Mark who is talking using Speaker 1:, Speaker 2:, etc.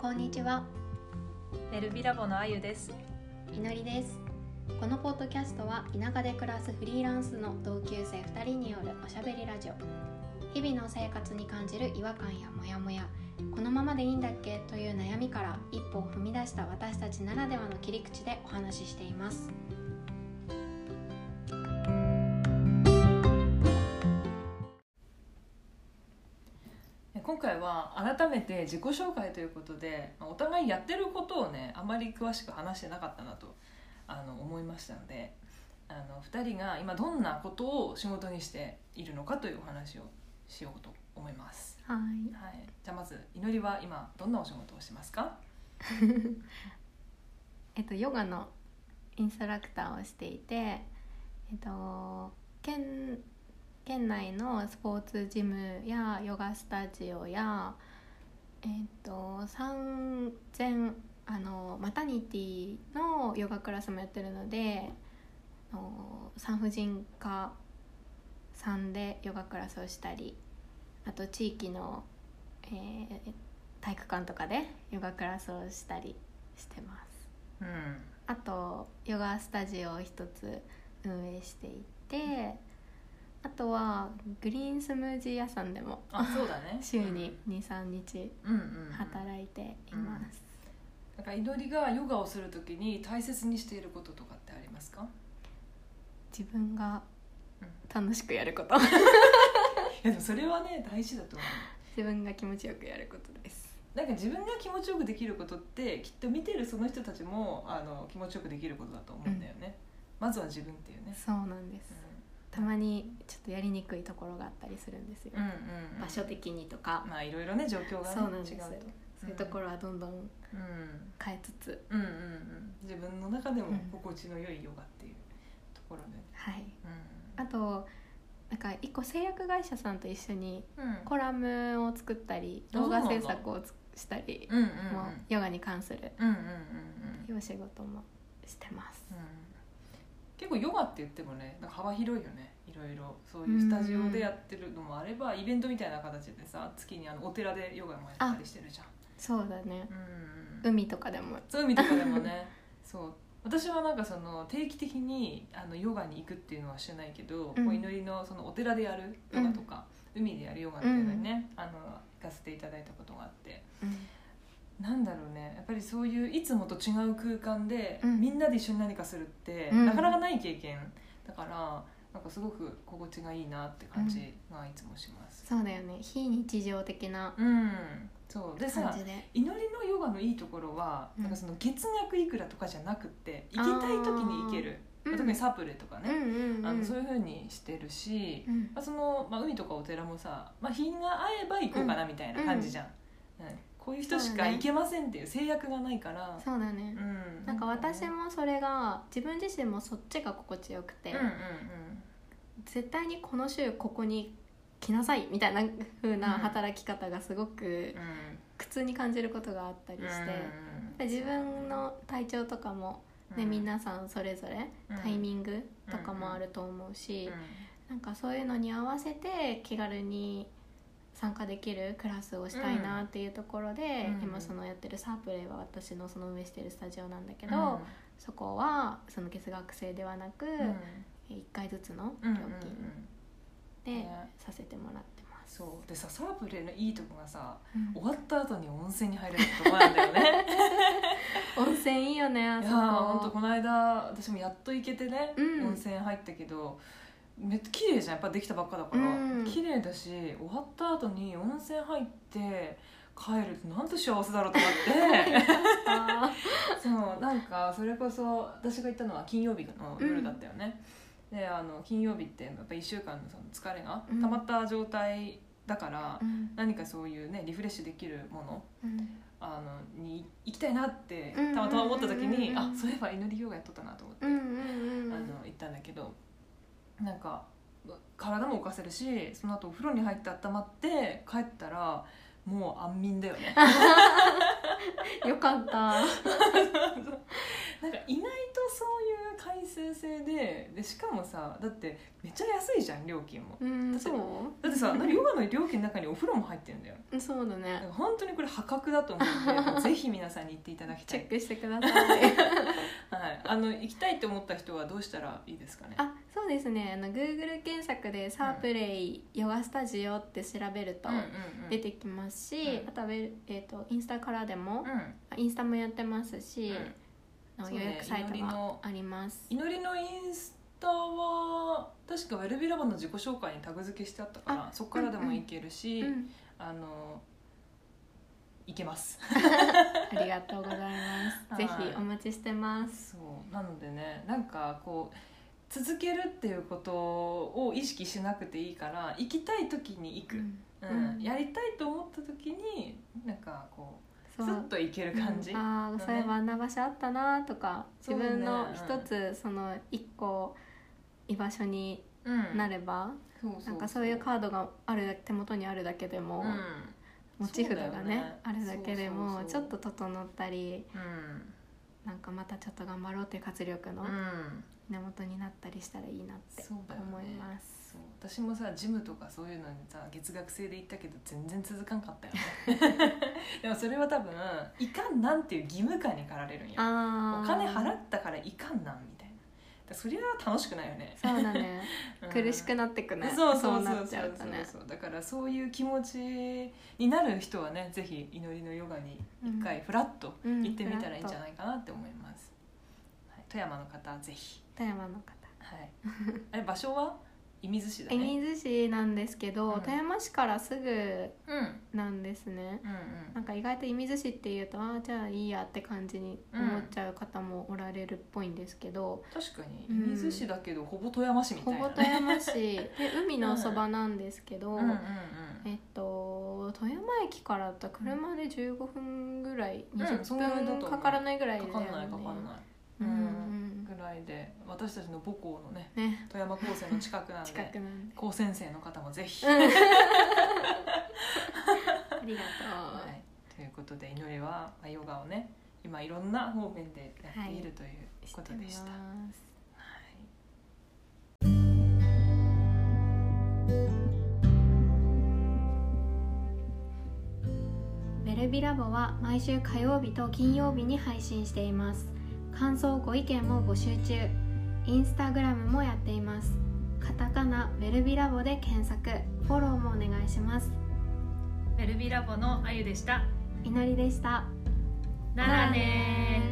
Speaker 1: こんにちは、
Speaker 2: エルビラボのあゆです。
Speaker 1: いのりですこのポッドキャストは田舎で暮らすフリーランスの同級生2人によるおしゃべりラジオ日々の生活に感じる違和感やモヤモヤこのままでいいんだっけという悩みから一歩を踏み出した私たちならではの切り口でお話ししています
Speaker 2: 今回は改めて自己紹介ということで、まあお互いやってることをね、あまり詳しく話してなかったなとあの思いましたので、あの二人が今どんなことを仕事にしているのかというお話をしようと思います。
Speaker 1: はい
Speaker 2: はい。じゃあまず祈りは今どんなお仕事をしてますか？
Speaker 1: えっと、ヨガのインストラクターをしていて、えっと、県県内のスポーツジムやヨガスタジオや、えっと、産前あのマタニティのヨガクラスもやってるのであの産婦人科さんでヨガクラスをしたりあと地域の、えー体育館とかでヨガクラスをしたりしてます。
Speaker 2: うん。
Speaker 1: あとヨガスタジオを一つ運営していてあとはグリーンスムージー屋さんでも。
Speaker 2: あ、そうだ ね
Speaker 1: 週に23日
Speaker 2: うんうん、うん。
Speaker 1: 働いています、
Speaker 2: なんか祈りがヨガをするときに大切にしていることとかってありますか？
Speaker 1: 自分が
Speaker 2: うん
Speaker 1: 楽しくやること
Speaker 2: いやでもそれはね大事だと思う。
Speaker 1: 自分が気持ちよくやることです
Speaker 2: なんか自分が気持ちよくできることってきっと見てるその人たちもあの気持ちよくできることだと思うんだよね、まずは自分っていうね、
Speaker 1: そうなんですたまにちょっとやりにくいところがあったりするんですよ、
Speaker 2: うん、うんうん
Speaker 1: 場所的にとか、
Speaker 2: まあいろいろね状況が、ね、
Speaker 1: そうなんです
Speaker 2: 違うと、
Speaker 1: そういうところはどんどん
Speaker 2: うん、
Speaker 1: 変えつつ、
Speaker 2: うんうんうん自分の中でも
Speaker 1: うん
Speaker 2: 心地の良いヨガっていうところで、
Speaker 1: はい
Speaker 2: うん
Speaker 1: あとなんか一個製薬会社さんと一緒に
Speaker 2: うん
Speaker 1: コラムを作ったり
Speaker 2: あそ
Speaker 1: 動
Speaker 2: うな
Speaker 1: 画
Speaker 2: んだ
Speaker 1: 制作をつしたり、
Speaker 2: うんうんうん
Speaker 1: もうヨガに関する
Speaker 2: うんうんうんうん
Speaker 1: いう仕事もしてます、
Speaker 2: 結構ヨガって言ってもねなんか幅広いよねいろいろそういうスタジオでやってるのもあれば、イベントみたいな形でさ月にあのお寺でヨガもやったりしてるじゃん
Speaker 1: そうだね
Speaker 2: うん
Speaker 1: 海とかでも
Speaker 2: そういう意味とかでもねそう私はなんかその定期的にあのヨガに行くっていうのはしてないけど、
Speaker 1: うん
Speaker 2: お祈りのそのお寺でやるヨガとか、海でやるヨガっていうのにね、あの行かせていただいたことがあってなんだろうねやっぱりそういういつもと違う空間で、
Speaker 1: うん
Speaker 2: みんなで一緒に何かするって、
Speaker 1: うん
Speaker 2: なかなかない経験だからなんかすごく心地がいいなって感じがいつもします。
Speaker 1: そうだよね非日常的な
Speaker 2: うん、そうでさ
Speaker 1: 感じで
Speaker 2: 祈りのヨガのいいところは、
Speaker 1: うん
Speaker 2: なんかその月額いくらとかじゃなくて行きたい時に行ける、
Speaker 1: うん
Speaker 2: 特にサプレとか
Speaker 1: うん
Speaker 2: ね、
Speaker 1: うんうん
Speaker 2: あのそういうふうにしてるし、
Speaker 1: うん
Speaker 2: まあそのまあ、海とかお寺もさ、まあ、日が合えば行こうかなみたいな感じじゃん、うんこういう人しか行けませんっていう制約がないから、
Speaker 1: そうだね
Speaker 2: う、ん、
Speaker 1: なんか私
Speaker 2: っ
Speaker 1: もそれが自分自身もそっちが心地よくて、
Speaker 2: うんうん
Speaker 1: 絶対にこの週ここに来なさいみたいな風な
Speaker 2: うん
Speaker 1: 働き方がすごく
Speaker 2: うんうん
Speaker 1: 苦痛に感じることがあったりして、やっぱり自分の体調とかもね、皆さんそれぞれタイ
Speaker 2: ン
Speaker 1: ミングとかもあると思うし、なんかそういうのに合わせて気軽に参加できるクラスをしたいなっていうところで、
Speaker 2: うん
Speaker 1: 今そのやってるサープレイは私のその運営してるスタジオなんだけど、そこはその月額制ではなく、一1回ずつの料金で
Speaker 2: ね
Speaker 1: させてもらってます。
Speaker 2: そうでさサープレのいいとこがさ
Speaker 1: うん
Speaker 2: 終わった後に温泉に入れるとこなんだよね
Speaker 1: 温泉いいよね あ
Speaker 2: い
Speaker 1: そ
Speaker 2: や
Speaker 1: こ
Speaker 2: ーほんとこの間私もやっと行けてね、
Speaker 1: うん
Speaker 2: 温泉入ったけどめっちゃ綺麗じゃんやっぱできたばっかだから、
Speaker 1: うん
Speaker 2: 綺麗だし終わった後に温泉入って帰るってなんと幸せだろうと 思って
Speaker 1: あ
Speaker 2: そうなんかそれこそ私が行ったのは金曜日の夜だったよね、であの金曜日ってやっぱ1週間のその疲れが
Speaker 1: うん
Speaker 2: 溜まった状態だから、
Speaker 1: ー うん
Speaker 2: 何かそういうねリフレッシュできるもの
Speaker 1: うん
Speaker 2: あのに行きたいなって
Speaker 1: うん
Speaker 2: たまたま思った時に、
Speaker 1: うんうんうんうん
Speaker 2: あそういえば祈りヨガやっとったなと思って、
Speaker 1: うんうんうん
Speaker 2: あの行ったんだけどなんか体も浮かせるしその後お風呂に入って温まって帰ったらもう安眠だよ ね
Speaker 1: よかった
Speaker 2: なんか意外とそ回数制ででしかもさだってめっちゃ安いじゃん料金も
Speaker 1: うん
Speaker 2: だって
Speaker 1: そう
Speaker 2: だってさヨガの料金の中にお風呂も入ってんだよ
Speaker 1: うんそうだ
Speaker 2: だか
Speaker 1: ね
Speaker 2: ら本当にこれ破格だと思うのでぜひ皆さんに行っていただきた
Speaker 1: チ
Speaker 2: い
Speaker 1: ェッ、クしてください
Speaker 2: はい、あの行きたいって思った人はどうしたらいいですかね
Speaker 1: あそうですねあの Google 検索で「サープレイヨガスタジオ」って調べると
Speaker 2: うんうんうん
Speaker 1: 出てきますし、
Speaker 2: うん
Speaker 1: あとはウェル、えー、とインスタからでも、
Speaker 2: うん
Speaker 1: あインスタもやってますし、
Speaker 2: うん
Speaker 1: あの
Speaker 2: そうね
Speaker 1: 予約サイト
Speaker 2: 祈り
Speaker 1: が
Speaker 2: の
Speaker 1: あります
Speaker 2: 祈りのインスタは確かウェルビラボの自己紹介にタグ付けしてあったから
Speaker 1: あ
Speaker 2: そこからでも行けるし、
Speaker 1: うん、
Speaker 2: あの行けます
Speaker 1: ありがとうございます
Speaker 2: はい
Speaker 1: ぜひお待ちしてます
Speaker 2: そうなのでねなんかこう続けるっていうことを意識しなくていいから行きたい時に行く、うん
Speaker 1: うん
Speaker 2: やりたいと思った時になんかこう
Speaker 1: そ
Speaker 2: ス
Speaker 1: う
Speaker 2: ッと行ける感じ、
Speaker 1: うんあー
Speaker 2: だね
Speaker 1: そういえばあんな場所あったなとか
Speaker 2: そ
Speaker 1: 自
Speaker 2: う
Speaker 1: 分
Speaker 2: ね
Speaker 1: の一つその一個居場所に
Speaker 2: うん
Speaker 1: なれば、
Speaker 2: そうそう
Speaker 1: なんかそういうカードがある手元にあるだけでも、
Speaker 2: うん
Speaker 1: 持ち札が
Speaker 2: そうだよ
Speaker 1: ね
Speaker 2: ね
Speaker 1: あるだけでも
Speaker 2: そうそう
Speaker 1: ち
Speaker 2: そ
Speaker 1: ょ
Speaker 2: う
Speaker 1: っと整ったり
Speaker 2: うん
Speaker 1: なんかまたちょっと頑張ろうっていう活力の
Speaker 2: うん
Speaker 1: 源になったりしたらいいなって
Speaker 2: そうだよね
Speaker 1: 思います。
Speaker 2: そう私もさジムとかそういうのにさ月額制で行ったけど全然続かんかったよね でもそれは多分いかんなんっていう義務感に駆られるんよ
Speaker 1: あ
Speaker 2: お
Speaker 1: ー
Speaker 2: 金払ったからいかんなんみたいなだそりゃ楽しくないよね
Speaker 1: そうだね
Speaker 2: うん
Speaker 1: 苦しくなってくね
Speaker 2: そうそうそうそう
Speaker 1: なっちゃうとね
Speaker 2: そうそうだからそういう気持ちになる人はねぜひ祈りのヨガに一回フラッと行ってみたらいいんじゃないかなって思います、はい、富山の方ぜひ、
Speaker 1: 富山の方
Speaker 2: はいあれ場所は射水市だ
Speaker 1: え
Speaker 2: ね
Speaker 1: 水市なんですけど、
Speaker 2: うん
Speaker 1: 富山市からすぐ
Speaker 2: うんうん
Speaker 1: なんですね
Speaker 2: うん
Speaker 1: なんか意外と射水市っていうとああじゃあいいやって感じに思っちゃう方もおられるっぽいんですけど、
Speaker 2: 確かに
Speaker 1: うん
Speaker 2: 射水市だけどほぼ富山市みたいな、ね、
Speaker 1: ほぼ富山市で海のそばなんですけど、
Speaker 2: うんうんうん
Speaker 1: えっと富山駅からだったら車で15分ぐらい、
Speaker 2: うん
Speaker 1: 20
Speaker 2: そんぐらいだと
Speaker 1: 分
Speaker 2: 思う
Speaker 1: かからないぐらいだよ
Speaker 2: か
Speaker 1: ね
Speaker 2: かんないかかんない
Speaker 1: うんうん
Speaker 2: ぐらいで私たちの母校のね
Speaker 1: うんね
Speaker 2: 富山高専の近くなんで
Speaker 1: 近くなんで
Speaker 2: 高専生の方もぜひ、
Speaker 1: うん
Speaker 2: はい、
Speaker 1: ありが
Speaker 2: ということで祈りはまあヨガをね今いろんな方面でやっているという
Speaker 1: とう
Speaker 2: ことでした、
Speaker 1: 知ってます
Speaker 2: はい
Speaker 1: ベルビラボは毎週火曜日と金曜日に配信しています感想ご意見も募集中インスタグラムもやっていますカタカナベルビラボで検索フォローもお願いします
Speaker 3: ベルビラボのあゆでした
Speaker 1: 祈りでした
Speaker 3: ならねー